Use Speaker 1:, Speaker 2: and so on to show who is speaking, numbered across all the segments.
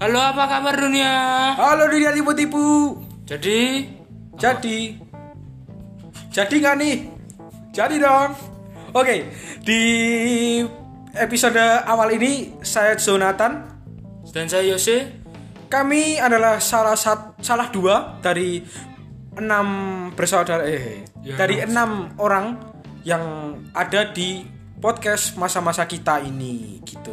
Speaker 1: Halo apa kabar dunia?
Speaker 2: Halo dunia tipu-tipu.
Speaker 1: Jadi
Speaker 2: Jadi Jadi nggak nih? Jadi dong. Oke, di episode awal ini saya Jonathan.
Speaker 1: dan saya Yose
Speaker 2: Kami adalah salah sat, salah dua dari enam bersaudara eh
Speaker 1: Ya,
Speaker 2: dari enam orang yang ada di podcast masa-masa kita ini gitu.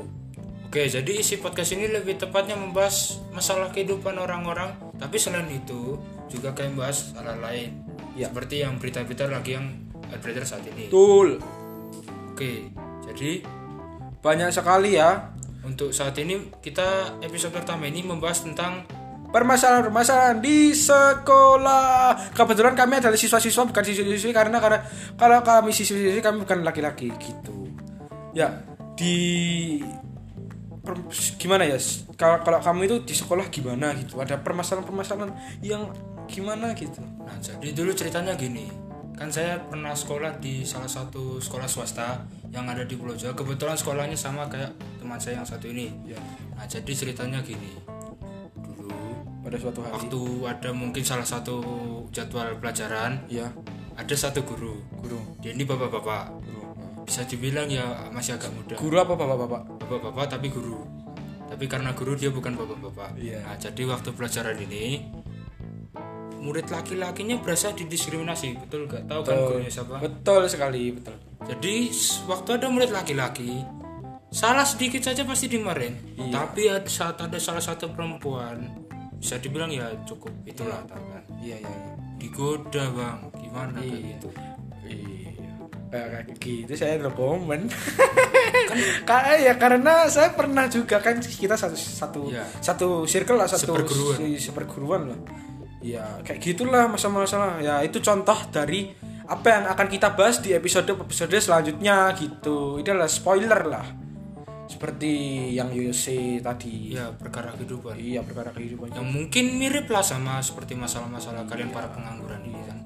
Speaker 1: Oke jadi isi podcast ini lebih tepatnya membahas masalah kehidupan orang-orang Tapi selain itu juga kayak membahas hal lain
Speaker 2: Ya.
Speaker 1: Seperti yang berita-berita lagi yang beredar saat ini
Speaker 2: Betul.
Speaker 1: Oke jadi
Speaker 2: Banyak sekali ya
Speaker 1: untuk saat ini kita episode pertama ini membahas tentang
Speaker 2: permasalahan-permasalahan di sekolah. Kebetulan kami adalah siswa-siswa bukan siswi-siswi karena karena kalau kami siswi-siswi kami bukan laki-laki gitu. Ya di per- gimana ya s- kalau kalau kamu itu di sekolah gimana gitu ada permasalahan-permasalahan yang gimana gitu
Speaker 1: Nah, jadi dulu ceritanya gini. Kan saya pernah sekolah di salah satu sekolah swasta yang ada di Pulau Jawa. Kebetulan sekolahnya sama kayak teman saya yang satu ini.
Speaker 2: Ya.
Speaker 1: Nah, jadi ceritanya gini. Dulu
Speaker 2: pada suatu hari
Speaker 1: waktu ada mungkin salah satu jadwal pelajaran,
Speaker 2: ya
Speaker 1: ada satu guru.
Speaker 2: guru
Speaker 1: Dia ini bapak-bapak.
Speaker 2: guru
Speaker 1: Bisa dibilang ya masih agak muda.
Speaker 2: guru apa bapak-bapak
Speaker 1: Bapak-bapak tapi guru. Tapi karena guru dia bukan bapak-bapak.
Speaker 2: Iya.
Speaker 1: Nah, jadi waktu pelajaran ini murid laki-lakinya berasa didiskriminasi, betul gak? Tahu kan gurunya siapa?
Speaker 2: Eh, betul sekali betul
Speaker 1: Jadi s- waktu ada murid laki-laki salah sedikit saja pasti dimarahin.
Speaker 2: Iya.
Speaker 1: Tapi ad- saat ada salah satu perempuan bisa dibilang ya cukup itulah kan.
Speaker 2: iya iya iya
Speaker 1: Digoda bang, gimana kayak gitu?
Speaker 2: Iya. Kayak kayak gitu saya no comment. Kayak ya karena saya pernah juga kan kita satu satu
Speaker 1: Iya.
Speaker 2: satu circle lah satu
Speaker 1: Seperguruan.
Speaker 2: si- seperguruan lah. Ya kayak gitulah masalah-masalah. Ya itu contoh dari apa yang akan kita bahas di episode episode selanjutnya gitu. Itu adalah spoiler lah. Seperti yang Yose tadi.
Speaker 1: Ya perkara kehidupan.
Speaker 2: Iya perkara kehidupan.
Speaker 1: Yang mungkin mirip lah sama seperti masalah-masalah kalian para pengangguran ini kan.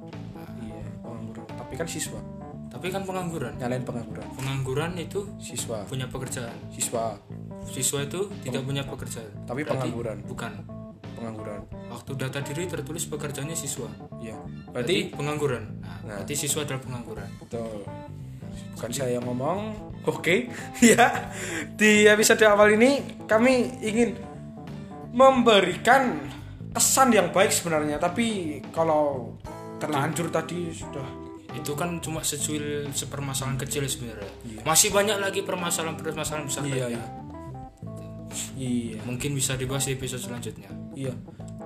Speaker 2: Iya pengangguran. Tapi kan siswa
Speaker 1: Tapi kan pengangguran.
Speaker 2: nyalain pengangguran.
Speaker 1: Pengangguran itu
Speaker 2: Siswa
Speaker 1: punya pekerjaan.
Speaker 2: siswa
Speaker 1: Siswa itu tidak punya pekerjaan.
Speaker 2: tapi pengangguran
Speaker 1: Bukan.
Speaker 2: pengangguran.
Speaker 1: Waktu data diri tertulis pekerjaannya siswa.
Speaker 2: Iya. Berarti
Speaker 1: Berarti pengangguran. Nah, berarti siswa adalah pengangguran.
Speaker 2: betul. Bukan saya yang ngomong. Oke. ya. Di episode awal ini kami ingin memberikan kesan yang baik sebenarnya, tapi kalau terlanjur tadi sudah
Speaker 1: itu kan cuma secuil sepermasalahan kecil sebenarnya masih banyak lagi permasalahan-permasalahan besar lainnya.
Speaker 2: Iya.
Speaker 1: mungkin bisa dibahas di episode selanjutnya
Speaker 2: Iya.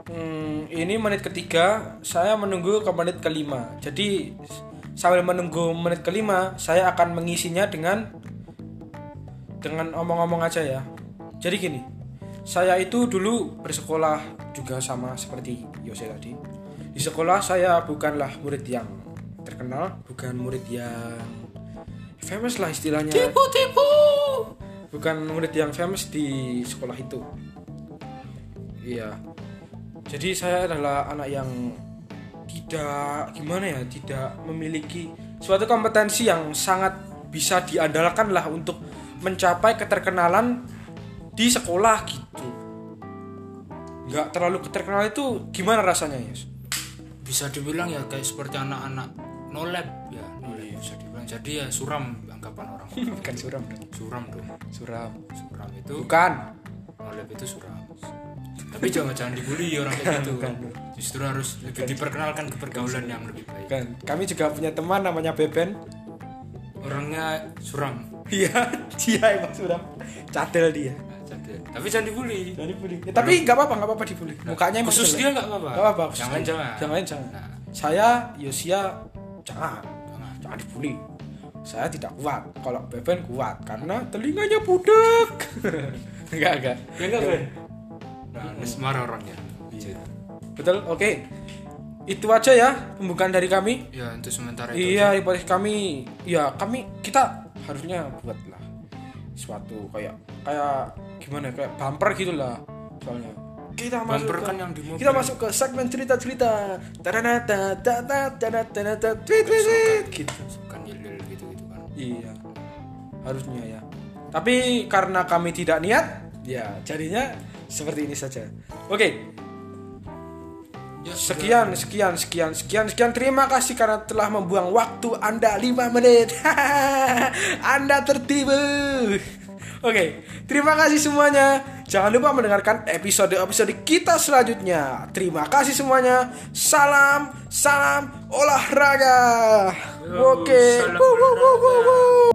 Speaker 2: Hmm, ini menit ketiga, saya menunggu ke menit kelima. Jadi s- sambil menunggu menit kelima, saya akan mengisinya dengan dengan omong-omong aja ya. Jadi gini, saya itu dulu bersekolah juga sama seperti Yose tadi. Di sekolah saya bukanlah murid yang terkenal, bukan murid yang famous lah istilahnya.
Speaker 1: tipu
Speaker 2: Bukan murid yang famous di sekolah itu. Iya. Jadi saya adalah anak yang tidak gimana ya, tidak memiliki suatu kompetensi yang sangat bisa diandalkan lah untuk mencapai keterkenalan di sekolah gitu. Nggak terlalu keterkenal itu gimana rasanya ya?
Speaker 1: bisa dibilang ya kayak seperti anak-anak no lab ya no lab bisa dibilang jadi ya suram anggapan orang
Speaker 2: Bukan suram dong.
Speaker 1: suram dong
Speaker 2: Suram.
Speaker 1: suram itu
Speaker 2: Bukan.
Speaker 1: no lab itu suram tapi jangan jangan dibully orang kayak gitu justru harus lebih diperkenalkan ke pergaulan yang lebih baik
Speaker 2: Bukan. Kami juga punya teman namanya Beben.
Speaker 1: orangnya suram
Speaker 2: Iya, dia emang suram. Cadel dia.
Speaker 1: Nah, jadi- tapi jangan dibully
Speaker 2: Jangan dibully. Ya, tapi nggak apa-apa, nggak apa-apa dibully. Mukanya
Speaker 1: Nah,
Speaker 2: emang
Speaker 1: khusus
Speaker 2: jelek.
Speaker 1: dia nggak apa-apa
Speaker 2: Nggak apa-apa. khusus
Speaker 1: jangan
Speaker 2: dia.
Speaker 1: jangan
Speaker 2: Jangan jangan.
Speaker 1: Nah.
Speaker 2: Saya Yosia jangan. Jangan, jangan dibully. Saya tidak kuat. Kalau Beben kuat karena telinganya budak. enggak enggak.
Speaker 1: ya nggak Ben nah ini marah orangnya
Speaker 2: Iya. Betul. Oke. Itu aja ya pembukaan dari kami.
Speaker 1: ya untuk sementara itu
Speaker 2: Iya, hipotesis kami. Ya, kami kita harusnya buatlah suatu kayak kayak gimana kayak bumper gitulah soalnya. Kita masuk
Speaker 1: bumper
Speaker 2: ke-
Speaker 1: kan yang di mobil
Speaker 2: kita masuk ke segmen cerita-cerita. Taranata, tata, taranata, tweet, tweet, tweet, gitu.
Speaker 1: kan yel gitu gitu kan
Speaker 2: Iya. Harusnya ya. Tapi karena kami tidak niat, ya jadinya seperti ini saja. Oke,
Speaker 1: Ya,
Speaker 2: sekian, sekian, sekian, sekian, sekian. Terima kasih karena telah membuang waktu Anda 5 menit. anda tertibu. Oke, terima kasih semuanya. Jangan lupa mendengarkan episode-episode kita selanjutnya. Terima kasih semuanya. Salam, salam olahraga.
Speaker 1: Yo,
Speaker 2: Oke.
Speaker 1: salam
Speaker 2: Wuh, wuh, wuh, wuh,
Speaker 1: olahraga.
Speaker 2: wuh.